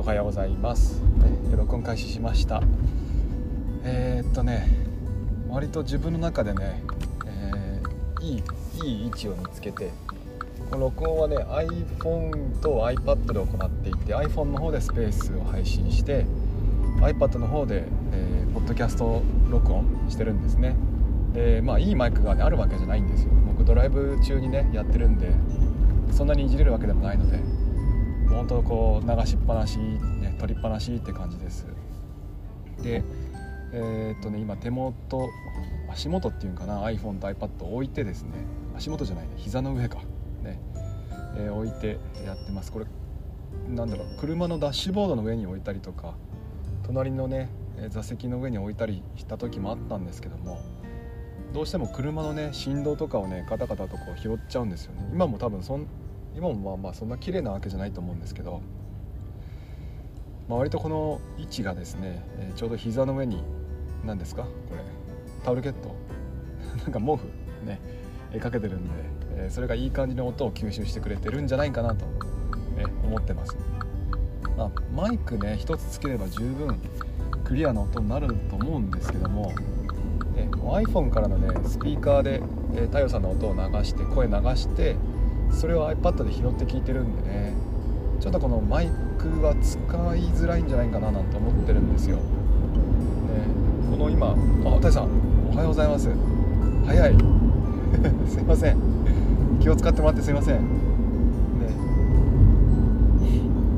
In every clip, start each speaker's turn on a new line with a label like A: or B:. A: おはようございますね録音開始しましたえーっとね割と自分の中でね、えーいいいい位置を見つけてこの録音はね iPhone と iPad で行っていて iPhone の方でスペースを配信して iPad の方で、えーポッドキャスト録音してるんですねでまあいいマイクが、ね、あるわけじゃないんですよ僕ドライブ中にねやってるんでそんなにいじれるわけでもないのでもう本当こう流しっぱなし、ね、取りっぱなしって感じですでえーっとね今手元足元っていうんかな iPhone と iPad を置いてですね足元じゃないね膝の上かね、えー置いてやってますこれなんだろう車のダッシュボードの上に置いたりとか隣のねえー座席の上に置いたりした時もあったんですけどもどうしても車のね振動とかをねカタカタとこう拾っちゃうんですよね今も多分そん今もまあまあそんな綺麗なわけじゃないと思うんですけど、まあ、割とこの位置がですね、えーちょうど膝の上に何ですかこれタオルケット なんか毛布ねえーかけてるんで、えーそれがいい感じの音を吸収してくれてるんじゃないかなと、ね、思ってます、まあ、マイクね一つつければ十分クリアな音になると思うんですけどもね、iPhone からのねスピーカーで、えー太陽さんの音を流して声流してそれを iPad で拾って聞いてるんでねちょっとこのマイクは使いづらいんじゃないかななんて思ってるんですよ、ね、この今あ太陽さんおはようございます早い すいません気を使ってもらってすいませんね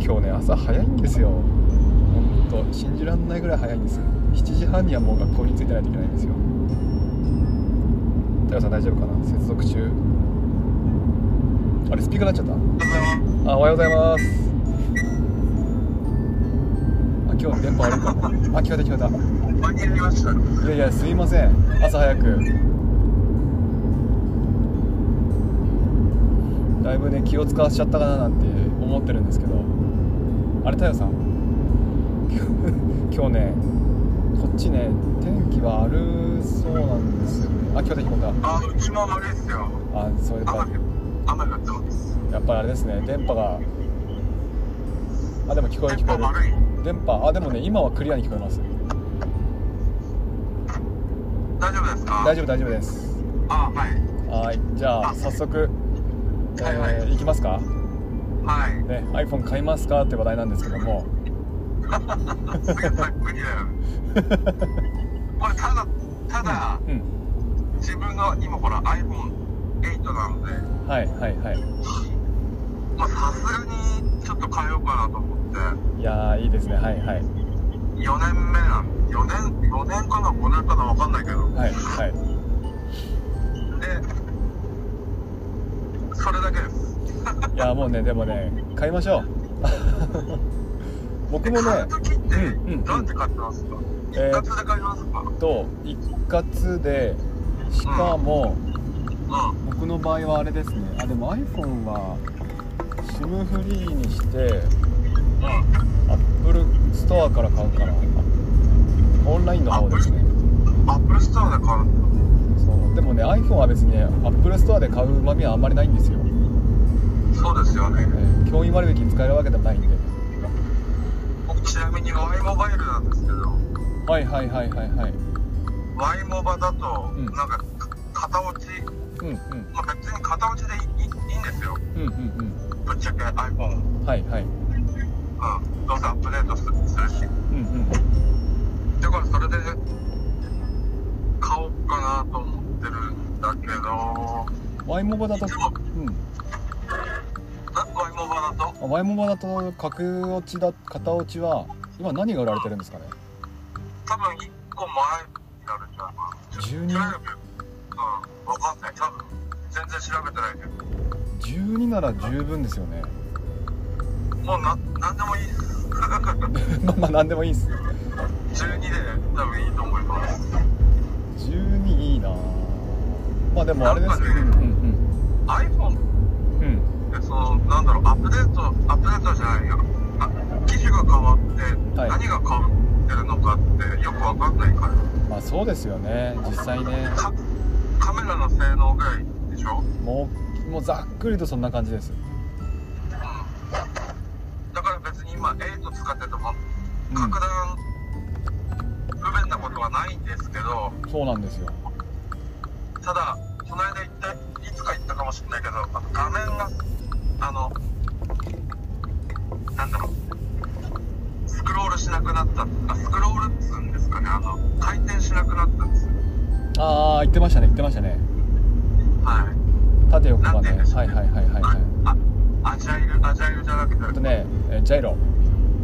A: 今日ね朝早いんですよほんと信じらんないぐらい早いんですよ7時半にはもう学校に着いてないといけないんですよ太陽さん大丈夫かな接続中あれスピーカーになっちゃったあおはようございますあ今日電波悪いかもあ聞こえた聞こえた
B: 間に合いました。
A: いやいやすいません朝早くだいぶね気を使わせちゃったかななんて思ってるんですけどあれ太陽さん 今日今日ねこっちね天気は悪そうなんですよねあ今日で聞こえ
B: あ、うちも悪いですよ。
A: たあそうやっ
B: 雨
A: ぱ
B: が、雨がどうです。
A: やっぱりあれですね電波があでも聞こえる聞こ
B: 電波悪い
A: える電波あでもね今はクリアに聞こえます
B: 大丈夫ですか。
A: 大丈夫大丈夫です
B: あ、はい。
A: はいじゃあ早速、え
B: はいはい
A: ー、いきますか、
B: は
A: ね、iPhone 買いますかって話題なんですけども
B: い。すげえざっくりだ よ。これただ、ただ、
A: うん
B: 自分が今ほら、iPhone8 なので、
A: はいはいはい
B: まあ、さすがにちょっと変えようかなと思って、
A: いやーいいですねはいはい
B: 4年目なん、4年、4年かな、5年かな、わかんないけど。
A: はいはい
B: で、それだけです。
A: いやーもうねでもね買いましょう 僕も
B: 買
A: ね
B: う時って、
A: うんうん
B: なんて買ってますか一
A: えー
B: 括で買いますか、
A: と一括でしかも
B: うん。
A: 僕の場合はあれですねあでも iPhone は SIM フリーにして
B: うん。
A: Apple ストアから買うかなオンラインの方ですね
B: アップルストアで買うんだ
A: そうでもね iPhone は別にね Apple ストアで買ううまみはあんまりないんですよ、ね、
B: そうですよね
A: 教員割引に使えるわけでもないんで
B: 僕ちなみに Y モバイルなんですけど
A: はいはいはいはいはい
B: Y モバだと
A: うん
B: なんか片落ち、
A: うんうん
B: まあ、別に片落ちでいいいいんですよ
A: うんうん
B: ぶっちゃけ iPhone
A: うんはいはい
B: うんどうせアップデートするするし
A: うんうん
B: だからそれで買おうかなと思ってるんだけど
A: ワイモバだと
B: いつも
A: うん
B: な Y モバだと
A: あワイモバだと格落ちだ片落ちは今何が売られてるんですかね
B: 多分1個前になるんじゃないかな
A: 12
B: 調べるうんわかんない多分全然調べてないけど
A: 12なら十分ですよね
B: もうな何でもいいです
A: まあまあ何でもいいです
B: 12で多分いいと思います
A: 12いいなぁまあでもあれですけどう
B: なんん
A: う
B: か iPhone
A: んうん
B: ってそのなんだろうアップデートアップデートじゃないよあ機種が変わって
A: はい
B: 何が変わってるのかってよくわかんないから、
A: まあそうですよね実際ね
B: かカメラの性能ぐらいでしょ
A: もうもうざっくりとそんな感じです
B: だから別に今8使って
A: うん
B: 格段不便なことはないんですけど
A: そうなんですよ
B: ただこの間行ったいつか行ったかもしれないけどあの画面があのなんだろうスクロールしなくなったあスクロールっつうんですかねあの回転しなくなったんですよ
A: ああ言ってましたね言ってましたね
B: はい
A: 縦横がね
B: なんて言うんでしょう
A: はいはいはいはいはい
B: あアジャイルアジャイルじゃなく
A: えっと
B: て
A: ねえージャイロ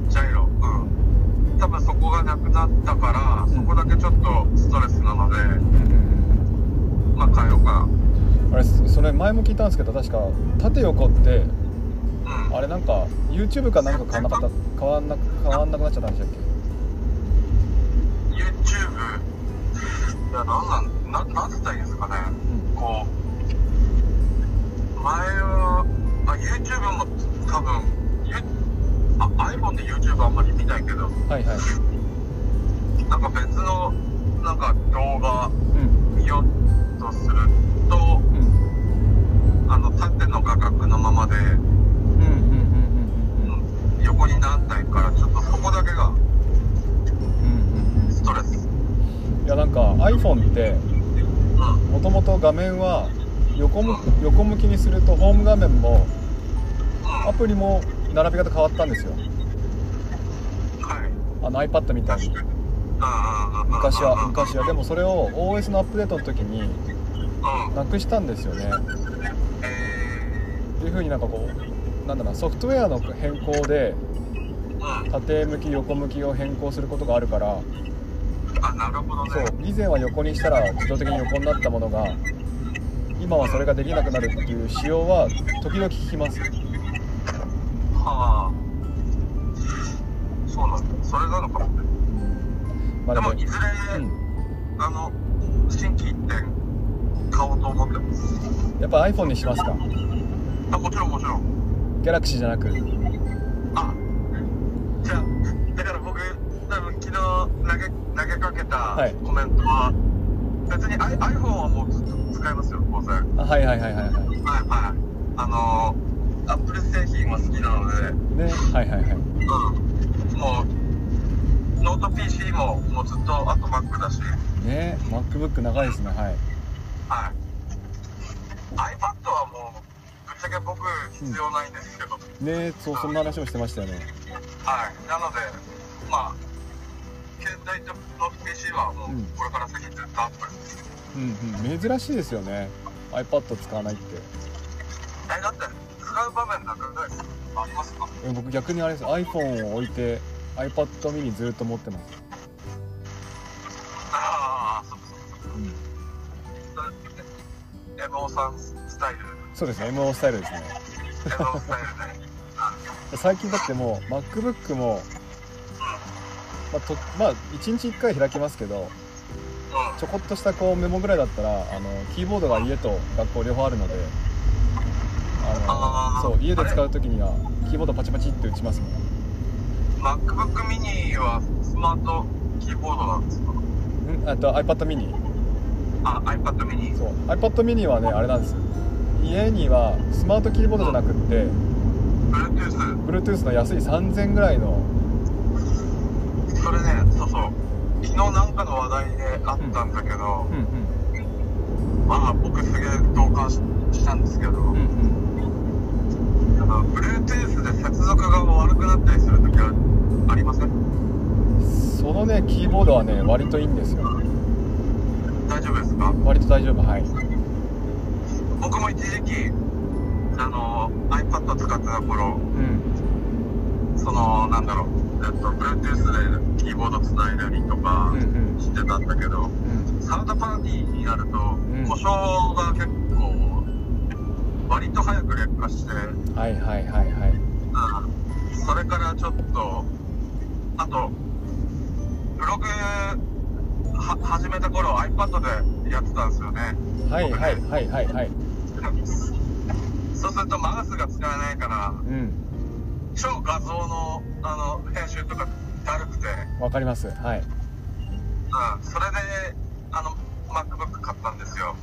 B: ジャイロうん多分そこがなくなったから、そこだけちょっとストレスなのでまあ変えようか
A: あれそそれ前も聞いたんですけど確か縦横って
B: なうん
A: あれなんか YouTube かなんか変わんなかった変わんな変わんなくなっちゃったんでしたっ
B: YouTube いやなんなんななんて言ったらいいんですかね
A: け、うん、
B: こう前はあ YouTube も多分ゆあ iPhone で YouTube あんまり見ないけど
A: はいはい
B: なんか別のなんか動画
A: うん
B: 見ようとすると
A: うん
B: あの縦の画角のままで、
A: うんうんうんうんうんうん
B: うん横にならないからちょっとそこだけが
A: うん
B: ストレス
A: うんいやなんか iPhone って
B: うん
A: もともと画面は横向横向きにするとホーム画面もアプリも並び方変わったんですよ
B: はい
A: あの iPad みたいに
B: 確かにうんうんうんうんうん
A: 昔は昔はでもそれを OS のアップデートの時に
B: うん
A: なくしたんですよね
B: え
A: っていうふうになんかこうなんだろうなソフトウェアの変更で
B: ーうん
A: 縦向き横向きを変更することがあるから
B: あなるほどね
A: そう以前は横にしたら自動的に横になったものが今はそれができなくなるっていう仕様は時々聞きます
B: はあそうなんだそれなのかもね
A: まあ
B: で
A: で
B: も
A: も
B: いずれ、
A: うん
B: あの新規一点買おうと思ってます
A: やっぱ iPhone にしますか
B: あもちろんもちろん
A: Galaxy じゃなく
B: あじゃあだから僕多分昨日投げ投げかけ
A: は
B: た
A: い
B: コメントは、別に I- iPhone はもうずっと使いますよ当然はい
A: あはいはいはいはいは
B: はいあのアップル製品は好きなので
A: いねはいはいはい
B: うんもうノート PC ももうずっとあと Mac だし
A: ね MacBook 長いですねはい
B: はい。iPad はもう、ぶっちゃけ僕、必要ないんですけど、
A: ねそうそんな話もしてましたよね
B: はい。なので、まあ、携帯とノート PC はもう
A: うん、
B: これから先ずっとアップルです。
A: うんうん珍しいですよね iPad 使わないって
B: え、だって、使う場面なんかないですありますか
A: え僕逆にあれです iPhone を置いて iPad mini ずっと持ってます、
B: ああ、そうそうそう。エモさんスタイル、
A: そうですね MO スタイルですね
B: エモスタイルね。
A: 最近だってもう MacBook もまあ、とまあ1日1回開きますけど
B: うん。はい
A: ちょこっとしたこうメモぐらいだったらあのキーボードが家と学校両方あるのであ
B: あー
A: のそう家で使う時にはキーボードパチパチって打ちますもん
B: MacBook mini はスマートキーボードなんですか
A: うんあと iPad mini
B: あ、iPad mini。
A: そう iPad mini はねあれなんですよ家にはスマートキーボードじゃなくって
B: Bluetooth。
A: Bluetooth の安い3000ぐらいの
B: それねそうそう昨日なんかの話題であったんだけど、
A: うん
B: まあ僕すげえ同感ししたんですけど、
A: うんうん
B: あの Bluetooth で接続が悪くなったりする時はありません
A: うんそのねキーボードはね割といいんですよ
B: 大丈夫ですか
A: 割と大丈夫はい
B: 僕も一時期あの iPad 使ってた頃
A: うん
B: そのなんだろうえっと Bluetooth でキーボードつないだりとか
A: うんうん
B: してたんだけど、
A: うん
B: サードパーティーになると
A: ん
B: 故障が結構割と早く劣化して
A: はいはいはいはい
B: うんそれからちょっと、あと、ブログは始めた頃 iPad でやってたんですよね。
A: はいはいはいはいはい
B: そうするとマウスが使えないから、
A: うん
B: 超画像のあの編集とかだるくて、
A: わかりますはい
B: うん、それであの MacBook 買ったんですよ。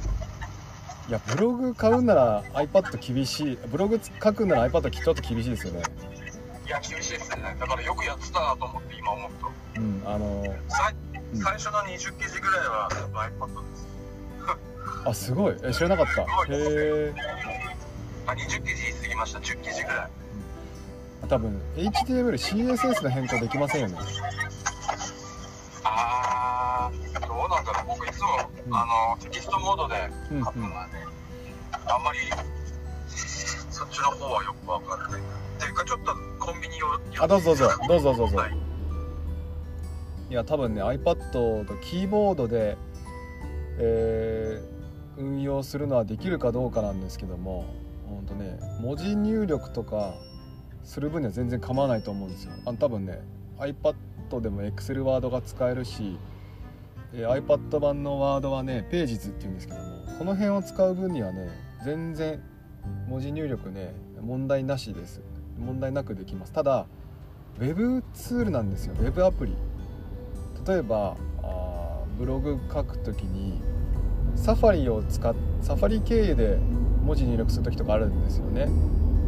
A: いやブログ買うなら iPad 厳しいブログ書くなら iPad きっと厳しいですよね
B: うん、いや厳しいですねだからよくやってたなと思って今思うと
A: うんあの
B: 最
A: うん
B: 最初の20記事ぐらいは iPad です
A: あすごいえ知らなかったへえ
B: あ20記事言い過ぎました10記事ぐらい
A: 多分 HTMLCSS の変更できませんよね
B: あーどうなんだろう僕いつも、
A: うん
B: あのテキストモードで
A: うんうん
B: 書くのはね、あんまりそっちの方はよくわかんないっていうかちょっとコンビニを
A: あどうぞどうぞどうぞどうぞ
B: はい
A: いや多分ね iPad とキーボードで、えー運用するのはできるかどうかなんですけどもほんとね文字入力とかする分には全然構わないと思うんですよあの多分ね iPad でも Excel ワードが使えるし、えー iPad 版のワードはねページズっていうんですけどもこの辺を使う分にはね全然文字入力ね問題なしです問題なくできますただ Web ツールなんですよ Web アプリ例えばあーブログ書くときにサファリを使っサファリ経由で文字入力する時とかあるんですよね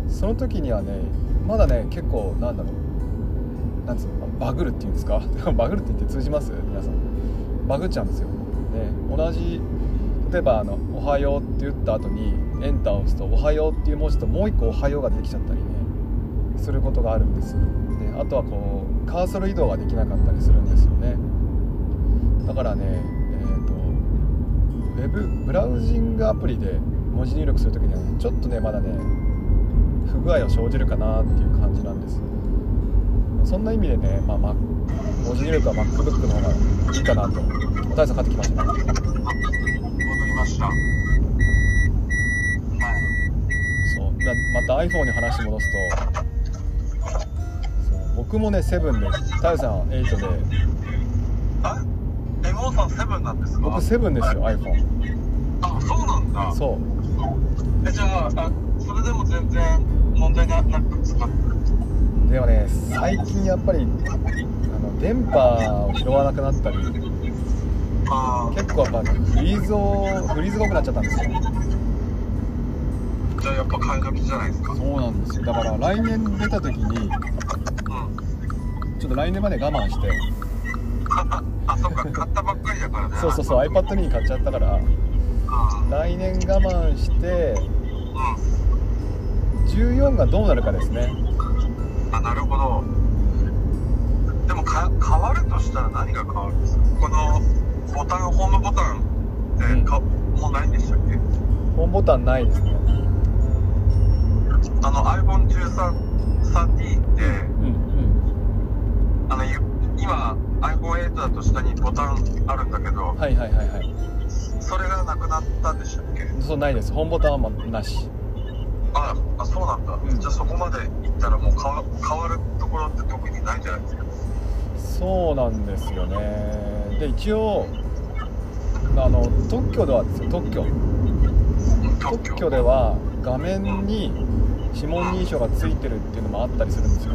A: その時にはねまだね結構なんだろうなんつうのバグるっていうんですか バグるって言って通じます皆さんバグっちゃうんですよ、ね、同じ例えばあの「おはよう」って言った後にエンターを押すと「おはよう」っていう文字ともう一個「おはよう」ができちゃったりねすることがあるんですよであとはこうカーソル移動ができなかったりするんですよねだからねえっ、とウェブブラウジングアプリで文字入力するときにはねちょっとねまだね不具合を生じるかなっていう感じなんですそんな意味でね、まあ、Mac- 文字入力は MacBook の方がいいかなとお大さん買ってきましたね
B: 戻りましたはい
A: そうだまた iPhone に話戻すとそう僕もね7で太陽さんは8で
B: あエモーさんセブンなんですか
A: 僕7ですよ iPhone
B: あそうなんだ
A: そう
B: えじゃああそれでも全然問題なく使ってる
A: でもね最近やっぱりあの電波を拾わなくなったり
B: あー
A: 結構やっぱフリーズをフリーズが多くなっちゃったんですよ
B: じゃあやっぱ買い時じゃないですか
A: そうなんですよだから来年出た時に
B: うん
A: ちょっと来年まで我慢して
B: あそっか買ったばっかりだからね
A: そうそうそう iPad mini 買っちゃったから
B: あ
A: 来年我慢して
B: ーう
A: 14がどうなるかですね
B: んあなるほどでもか変わるとしたら何が変わるんですかこのボタンホームボタンって、
A: うん
B: かもうないんでしたっけ
A: ホームボタンないですね
B: あの iPhone1313D って
A: うんうん
B: あのゆ今 iPhone8 だと下にボタンあるんだけど
A: はいはいはいはい
B: それがなくなったんでしたっけ
A: そうないですホームボタンはまなし
B: ああそうなんだ、
A: うん
B: じゃあそこまで行ったらもう変わ変わるところって特にないんじゃないですか
A: そうなんですよねで一応あの特許ではですよ特許
B: 特許
A: 特許では画面に指紋認証がついてるっていうのもあったりするんですよ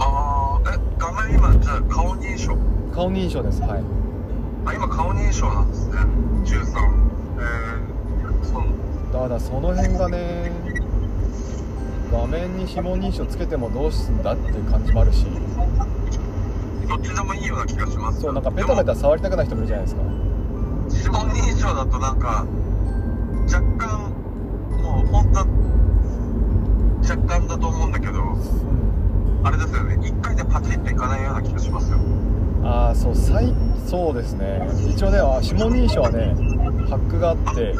B: ああえ画面今じゃあ顔認証
A: 顔認証ですはい
B: あ今顔認証なんですね13えー、そう
A: だからその辺がね画面に指紋認証つけてもどうすんだっていう感じもあるし
B: どっちでもいいような気がします
A: そうなんかベタベタ触りたくない人もいるじゃないですか
B: 指紋認証だとなんか若干もう本当若干だと思うんだけどあれですよね1回でパチッといかないような気がしますよ
A: ああそう最そうですね一応ねあ指紋認証はねハックがあって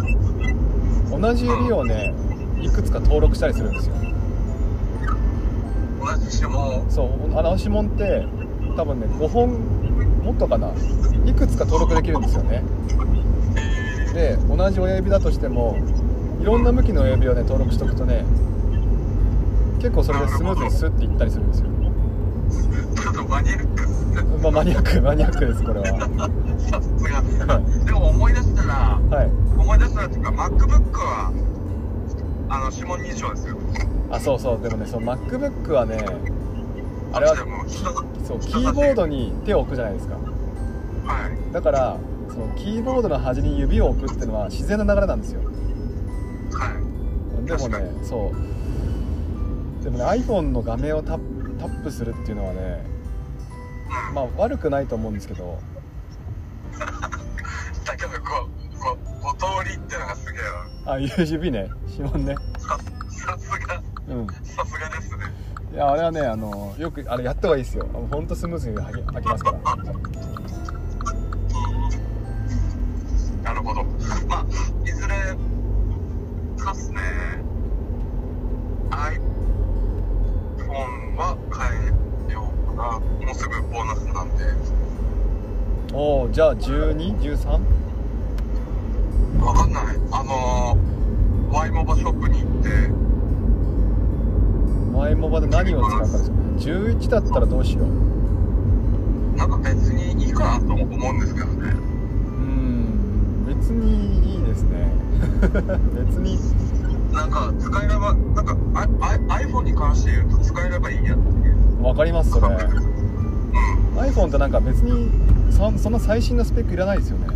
A: 同じ指をねいくつか登録したりするんですよ
B: 同じ指紋を
A: そうあの指紋って多分ね5本もっとかないくつか登録できるんですよねで同じ親指だとしてもいろんな向きの親指をね登録しとくとね結構それでスムーズにスッていったりするんですよ、
B: ちょっとマニアックっすね
A: まあ、マニアックマニアックですこれは
B: さすがでも思い出したら
A: はい
B: 思い出したらっていうか MacBook はあの指紋認証ですよ
A: あそうそうでもねその MacBook はねあ
B: あ
A: れ
B: れ
A: は
B: でも人が
A: そうキーボードに手を置くじゃないですか
B: はい
A: だからそのキーボードの端に指を置くっていうのは自然な流れなんですよ
B: はい
A: でも
B: 確か
A: ねそうでもね iPhone の画面をタップタップするっていうのはねまあ悪くないと思うんですけど
B: だけどこうこうお通りってのがすげえ
A: あ USB ね指紋ね
B: なささすが
A: うん
B: さすがですね
A: いやあれはねあのよくあれやった方がいいですよあのほんとスムーズに開け開けますから
B: なるほどまあいずれそうっすね iPhone は変えようかなもうすぐボーナスなんで
A: おおじゃあ 1213?
B: わかんないあのー、ワイモバショップに行って
A: 前モバで何を使うかですよね11だったらどうしよう
B: なんか別にいいかなとも思うんですけどね
A: うん別にいいですね 別に
B: なんか使えればなんかああ iPhone に関して言うと使えればいいやっていう
A: 分かりますそれ iPhone ってなんか別にそそんな最新のスペックいらないですよね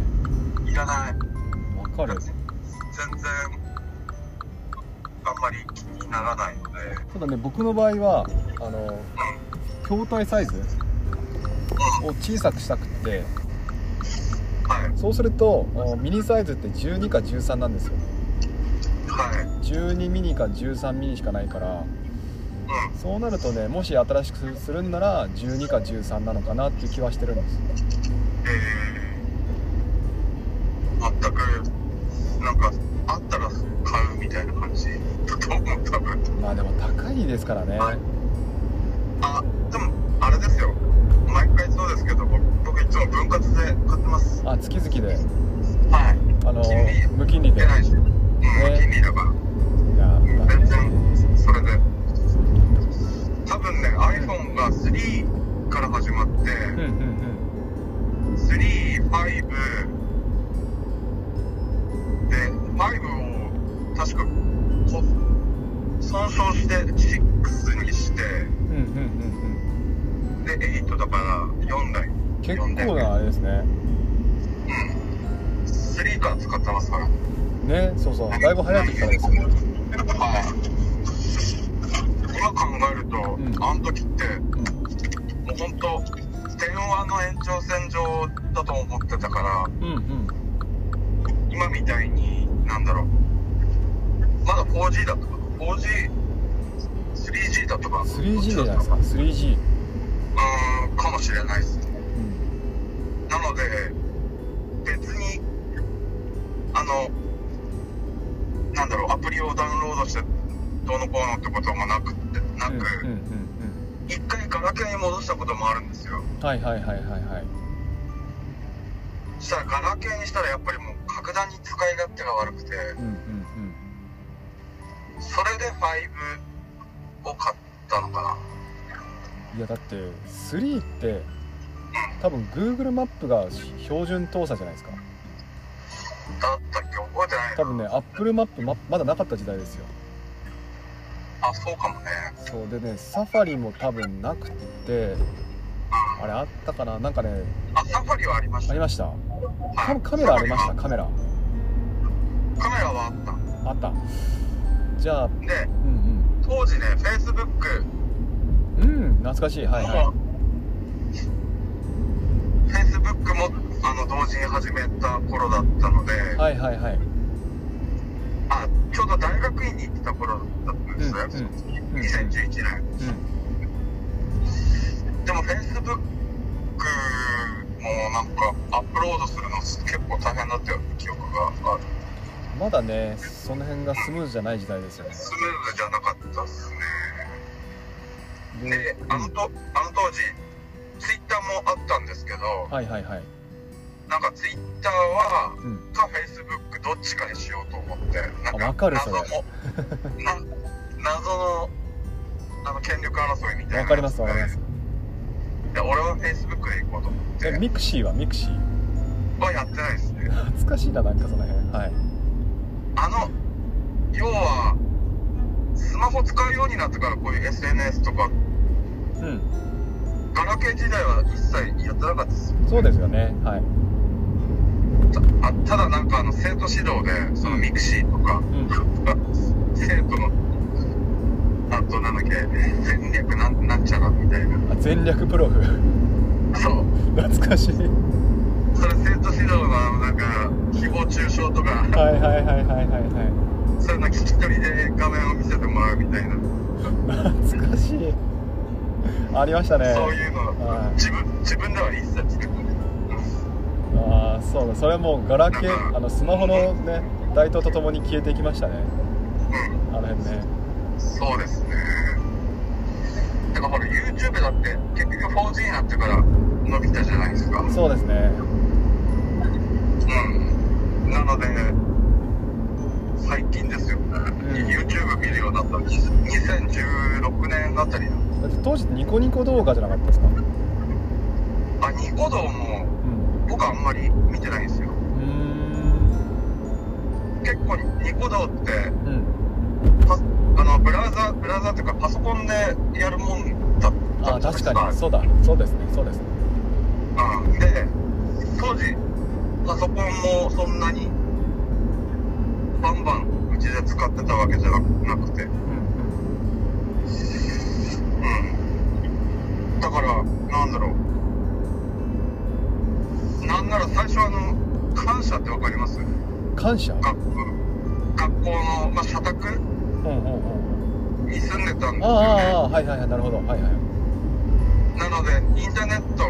B: うんいらない
A: 分かる
B: 全然あんまり気にならないので
A: ただね僕の場合はあの筐体サイズを小さくしたくって
B: はい
A: そうするとあのミニサイズって12か13なんですよ
B: はい
A: 12ミニか13ミニしかないから
B: う
A: そうなるとねもし新しくするんなら12か13なのかなっていう気はしてるんです
B: んえー、全くなんかあったら買うみたいな感じだと思う多分
A: まあでも高いですからね
B: はいあでもあれですよ毎回そうですけど僕僕いつも分割で買ってます
A: あ月々で
B: はい
A: あの
B: 金利
A: 無金利で
B: 出ないし、うん、
A: ね
B: 金利だから
A: いやだ
B: 全
A: ね
B: 然それで多分ね iPhone が3から始まって
A: うんうんうん
B: 35で5を確かこ損傷して6にして
A: うんうんうん
B: で8だから4台
A: うん結構なあれですね
B: うん3から使ってますから
A: ねそうそうだいぶ早い時からですよね
B: はい今考えると、
A: うん
B: あの時って
A: うん
B: もう本当電話の延長線上だと思ってたから
A: うんうん
B: 今みたいになんだろうまだ 4G だとか 4G3G だとか
A: 3G でじゃないですか 3G
B: うーんかもしれないですね
A: うん
B: なので別にあのなんだろうアプリをダウンロードしてどうのこうのってこともなくってな
A: うんうん
B: く、
A: うん
B: 一回ガラケーに戻したこともあるんですよ
A: うんはいはいはいはいはい
B: そしたらガラケーにしたらやっぱりもう格段に使い勝手が悪くて
A: うんうん
B: それで5を買ったのか
A: うんいやだって3って多分 Google マップが標準搭載じゃないですか
B: なだったっけ覚えてない
A: 多分ね Apple マップままだなかった時代ですよ
B: あそうかもね
A: そうでねサファリも多分なくてあれあったかななんかね
B: あサファリはありまし
A: あ
B: た
A: りました
B: は
A: カ
B: い
A: カメラありましたカメラ
B: カメラはあった
A: あったじゃあ
B: で
A: うん
B: 当時ね Facebook
A: うんうん懐かしいはいは
B: も Facebook もあの同時に始めた頃だったので、
A: いはいはいはい
B: あちょうど大学院に行ってた頃だったんですよ、
A: うんうん
B: 2011年、
A: う
B: でも Facebook もなんかアップロードするの結構大変だったような記憶がある
A: んまだねその辺がスムーズじゃない時代ですよね
B: スムーズじゃなかったっすねで
A: うん
B: あのとあの当時 Twitter もあったんですけど
A: はいはいはい
B: なんか Twitter は
A: うん
B: か Facebook どっちかにしようと思ってな
A: あ
B: んか
A: わかる
B: 謎
A: それ
B: のな謎のあの権力争いみたいな
A: わかりますわかります
B: で俺は Facebook で行こうと思って
A: えミクシーはミクシー
B: はやってないですね
A: 懐かしいななんかその辺はい
B: あの要はスマホ使うようになってからこういう SNS とか
A: うん
B: ガラケー時代は一切やってなかったです
A: そうですよねはい
B: たあただなんかあの生徒指導でそのミクシーとか、
A: ん
B: 生徒のあとなんだっけ
A: 全略プロフ
B: そう
A: 懐かしい
B: それ生徒指導のなんか誹謗中傷とか、
A: はいはいはいはいはいはい
B: そういうの聞き取りで画面を見せてもらうみたいな、
A: 懐かしいありましたね
B: そういうの、
A: はい
B: 自分自分では一切聞く
A: ああそうだそれもうガラケーあのスマホのね台頭とともに消えていきましたね
B: う
A: あの辺ね
B: んそうですねだからほら YouTube だって結局 4G になってから伸びたじゃないですかう
A: そうですね
B: んなので最近ですよ、YouTube 見るようになったの2016年あたりの
A: だって当時ってニコニコ動画じゃなかったですか
B: あニコ動も
A: うん
B: 僕あんまり見てないんですよ
A: うーん
B: 結構ニコ動って
A: うん
B: パあのブラウザブラウザっていうかパソコンでやるもんだった
A: あ
B: じゃな
A: 確
B: いです
A: かにそうだそうですねそうですね
B: うん、で当時パソコンもそんなにバンバンうちで使ってたわけじゃなくて
A: う
B: う
A: ん
B: んだからなんだろうなんなら最初あの感謝ってわかります
A: うん感謝
B: 学校学校の、まあ、社宅
A: うんうんうん
B: に住んでたんです
A: ああ
B: よね
A: ああはいはいはいなるほどはいはい
B: なのでインターネット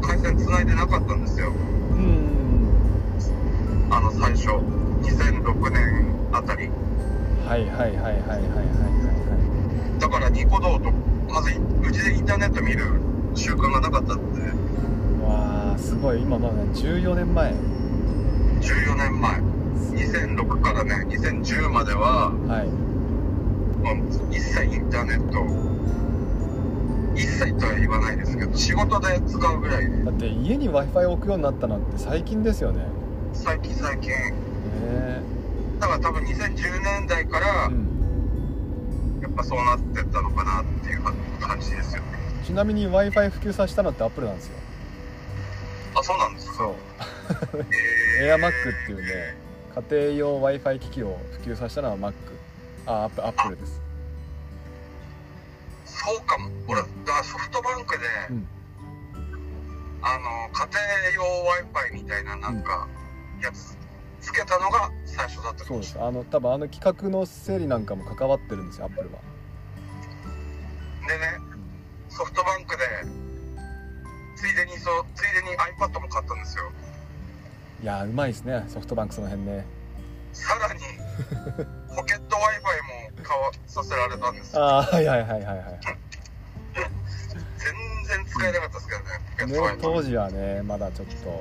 B: 回線繋いでなかったんです
A: う
B: よ
A: ん
B: あの最初2006年あたり
A: はいはいはいはいはいはいは
B: だからニコ動とまずうちでインターネット見る習慣がなかったんで
A: いわあすごい今まだ14年前
B: 14年前2006からね2010までは、
A: はい
B: まあ一切インターネットを一切とは言わないですけど仕事で使うぐらいで
A: だって家に w i f i 置くようになったなんて最近ですよねね
B: 最近最近
A: え
B: だから多分2010年代から
A: うん、
B: やっぱそうなってったのかなっていう感じですよね
A: ちなみに w i f i 普及させたのってアップルなんですよ
B: あそうなんですか
A: そう AirMac っていうね家庭用 w i f i 機器を普及させたのは Mac あアップアップルです
B: そうかも俺だからソフトバンクで、
A: うん
B: あの家庭用 w i f i みたいななんかやつつけたのが最初だったか
A: そう
B: も
A: で
B: し
A: すあの多分あの企画の整理なんかも関わってるんですよアップルは
B: れないでねソフトバンクでついでにそうついでに iPad も買ったんですよ
A: いやーうまいですねソフトバンクその辺ね
B: さら にポケット w i f i も買わさせられたんですよ
A: ああはいはいはいはいはい
B: 全然使えなかったですけどねポケット
A: ね当
B: w i f
A: 時はねまだちょっと
B: i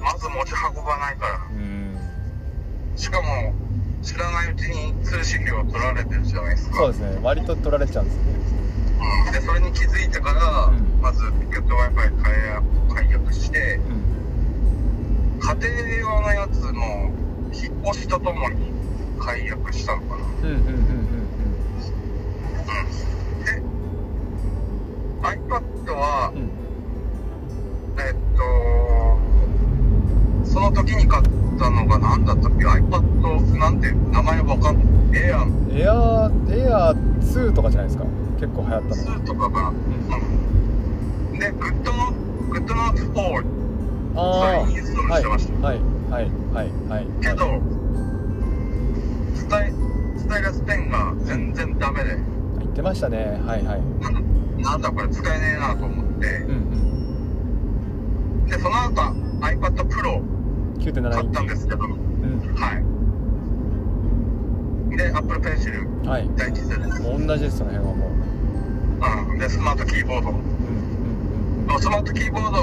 B: まず持ち運ばないから
A: うん
B: しかも知らないうちに通信料を取られてるじゃないですか
A: そうですね割と取られちゃうんですよね
B: うんでそれに気づいてから、
A: うん
B: まずポケット w i f i 解約解約して家庭用のやつも引っ越しとともに解約したのかな、
A: うんうんうんうんうん
B: うん、で iPad は、
A: うん
B: えっとその時に買ったのが何だったっけ iPad なんて名前わかんないエア
A: エアーエアー2とかじゃないですか結構流行ったの
B: 2とかが、うん、でグッドノグッドノーツ4
A: あ
B: それインストール
A: は
B: し
A: い
B: てました
A: はいはいはいはい
B: けどスタイスタイラスペンが全然ダメで
A: 言ってましたねはいはい
B: なんなんだこれ使えねえなと思って
A: うん
B: でその後 iPad Pro
A: うん9.7
B: 買
A: イ
B: っ
A: ン
B: たん
A: チ
B: ですけどは
A: う
B: いで Apple Pencil
A: んはい
B: 第一世代
A: もう同じですその辺はもう
B: うんでスマートキーボード
A: うん
B: でもスマートキーボード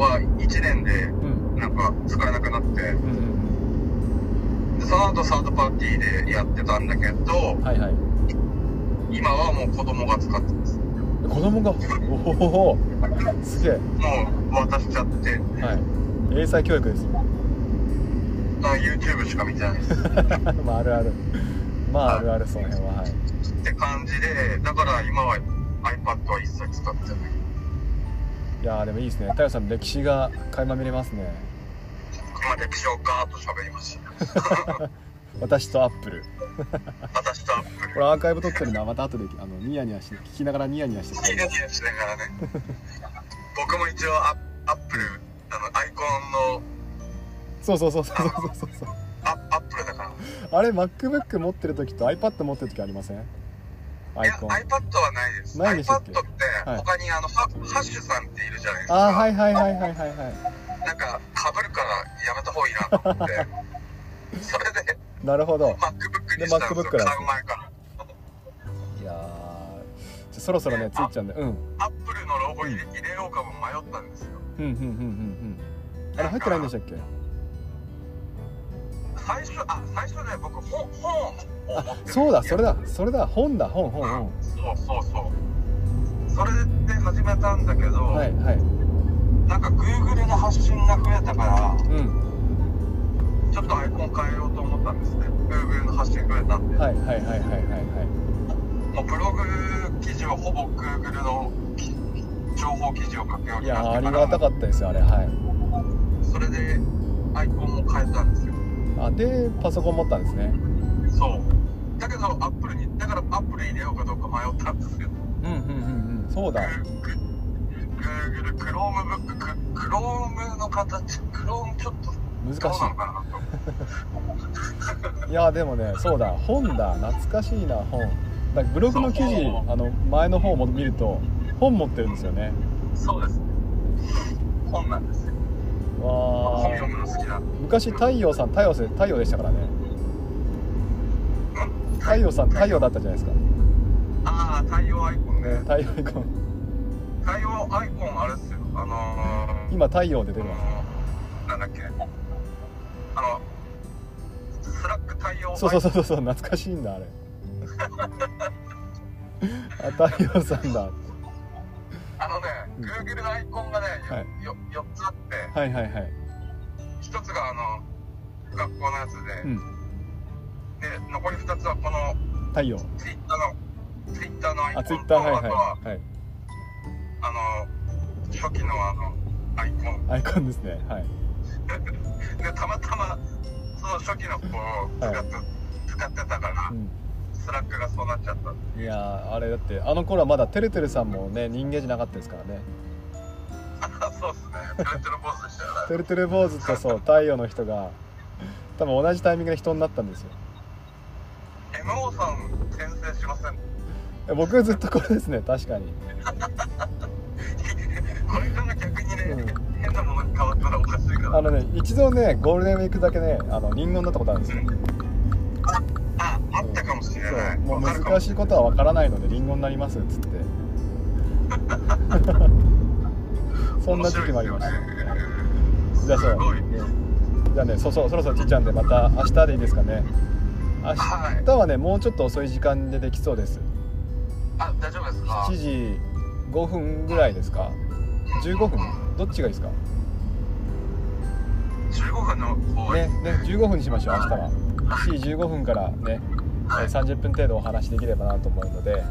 B: は1年で
A: うんうんうん
B: なんか使えなくなってで
A: うんうん
B: その後サードパーティーでやってたんだけど
A: うんはいはい
B: 今はもう子供が使ってますも
A: 子供がおおすげえ
B: う渡しちゃって
A: はい英才教育です よ
B: あ YouTube しか見てないです
A: まああるあるまああるあるその辺ははい
B: って感じでだから今は iPad は一切使ってない
A: いやーでもいいですね太陽さんの歴史が垣間見れますね
B: 今歴史をガーッと喋りました
A: 私とアップル
B: 私とアップル
A: これアーカイブ撮ってるのはまた後であのニヤニヤし聞きながらニヤニヤしてく
B: ニ
A: れ
B: ヤ
A: る
B: ニヤしながらね僕も一応アアップルあのアイコンの
A: そうそうそうそうそうそうそう
B: アアップルだから
A: あれ MacBook 持ってる時と iPad 持ってる時ありませんアイ
B: いや
A: コン
B: iPad はないです
A: ないでしたっけ
B: iPad って
A: はい
B: 他にあの、ハハッシュさんっているじゃないです
A: あ
B: か
A: ーはいはいはいはいはいは
B: なんかかぶるからやめた方がいいなと思 ってそれで
A: いなるほど
B: MacBook
A: で
B: にしたんです
A: MacBook
B: よ
A: なんですね
B: 買う前から
A: いやーじゃそろそろねついちゃんでうん
B: アップルのロゴ入れ入れようかも迷ったんですよ
A: うんうんうんうんうんあれ入ってないんでしたっけ
B: 最初あ最初ね僕本本を持ってるんです
A: あ
B: よ
A: そうだそれだそれだ本だ本本本
B: そうそうそうそれで始めたんだけど、
A: はいはい
B: なんか Google の発信が増えたから
A: うん
B: ちょっとアイコン変えようと思ったんですね Google の発信増えたんで、
A: はいはいはいはいはいはい
B: もうブログ記事はほぼ Google のき情報記事を書くよう
A: い
B: に
A: や
B: な
A: ーあ
B: って
A: り
B: か
A: がた
B: ら
A: かったですよあれはい
B: それでアイコンも変えたんですよ
A: あでパソコン持ったんですね
B: そうだけど Apple にだから Apple 入れようかどうか迷ったんですけど
A: うんうんうんうんそうだ
B: Google Chromebook ク Chrome の形 Chrome ちょっと
A: 難し
B: どうなのかなと
A: いいやーでもねそうだ本だ懐かしいな本だからブログの記事
B: そう
A: あの前の方も見ると本持ってるんですよね
B: そうですね。本なんですよ。
A: わ
B: 本
A: あ
B: 読むの好きな。
A: 昔太陽さん太陽せ太陽でしたからね太陽さん太陽だったじゃないですか
B: ああ、太陽アイコンね
A: ね。太陽イコン
B: 太陽アイコンあれですよ。あの
A: 今太陽で出てます
B: ー、なんだっけ。あの、スラック太陽アイコン。
A: そうそうそうそうそう懐かしいん だあれあ太陽さんだは
B: あのね、
A: うん
B: Google のアイコンがね、
A: は
B: よよ4つあって、
A: いはいはい
B: 1つがあの、学校のやつで、
A: うん
B: で、残り2つはこの
A: 太陽
B: Twitter の、Twitter のアイコ
A: あ
B: ン
A: ツ
B: と、
A: イッターはい
B: あとは、
A: はいはい
B: あの、初期のあの、アイコン。
A: アイコンですねはい
B: でたまたまその初期の子を使って,、使ってたから、
A: う
B: スラックがそうなっちゃった
A: んいやーあれだってあの頃はまだてるてるさんもね人間じゃなかったですからね
B: あそうっすねプレットのボスでしたよね
A: てるてる坊主とそう太陽の人が多分同じタイミングで人になったんですよ
B: MO さん転生しません
A: え僕はずっとこれですね確かに
B: これが逆にね、
A: うん
B: 変なものに変わったらおかしいか
A: あ
B: ら
A: のね一度ねゴールデンウィークだけねあのリンゴになったことあるんですよ
B: ああったかもしれな
A: そう
B: い
A: もう
B: わかるかも
A: 難しいことはわからないのでリンゴになりますっつって そんな時期もありました
B: 面白いです
A: じゃ
B: よね
A: あそ
B: す
A: う
B: ごい
A: じゃあねそうそうそろそろちっちゃんでまた明日でいいですかね明
B: はい
A: 日はねもうちょっと遅い時間でできそうです
B: あ大丈夫ですか
A: 7時5分ぐらいですか15分どっちがいいですか
B: 15分の方
A: ねね15分にしましょう明日は7時15分からねえー30分程度お話しできればなと思うので、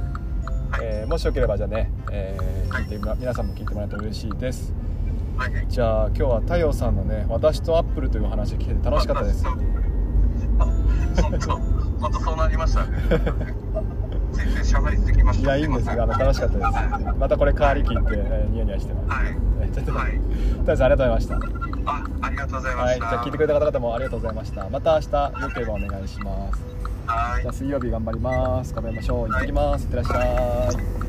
A: えーもしよければじゃあね、えー聞いてみな皆さんも聞いてもらえると嬉しいです
B: はいはい
A: じゃあ今日は太陽さんのね私とアップルというお話聞けて楽しかったです
B: あ本当本当そうなりましたね先生しゃべりすぎまし
A: い
B: た
A: やいいんですがあの楽しかったですまたこれ代わり聞いて、えーニヤニヤしてます
B: はい
A: えーちょっと
B: は
A: 太陽
B: い
A: さんありがとうございまし
B: あありがとうござい
A: た
B: ま
A: は
B: し
A: いじ
B: た、
A: ゃあ聞いてくれた方々もありがとうございましたまた明日よければお願いします
B: はい
A: じゃあ水曜日頑張ります頑張りましょう行ってきますいってらっしゃい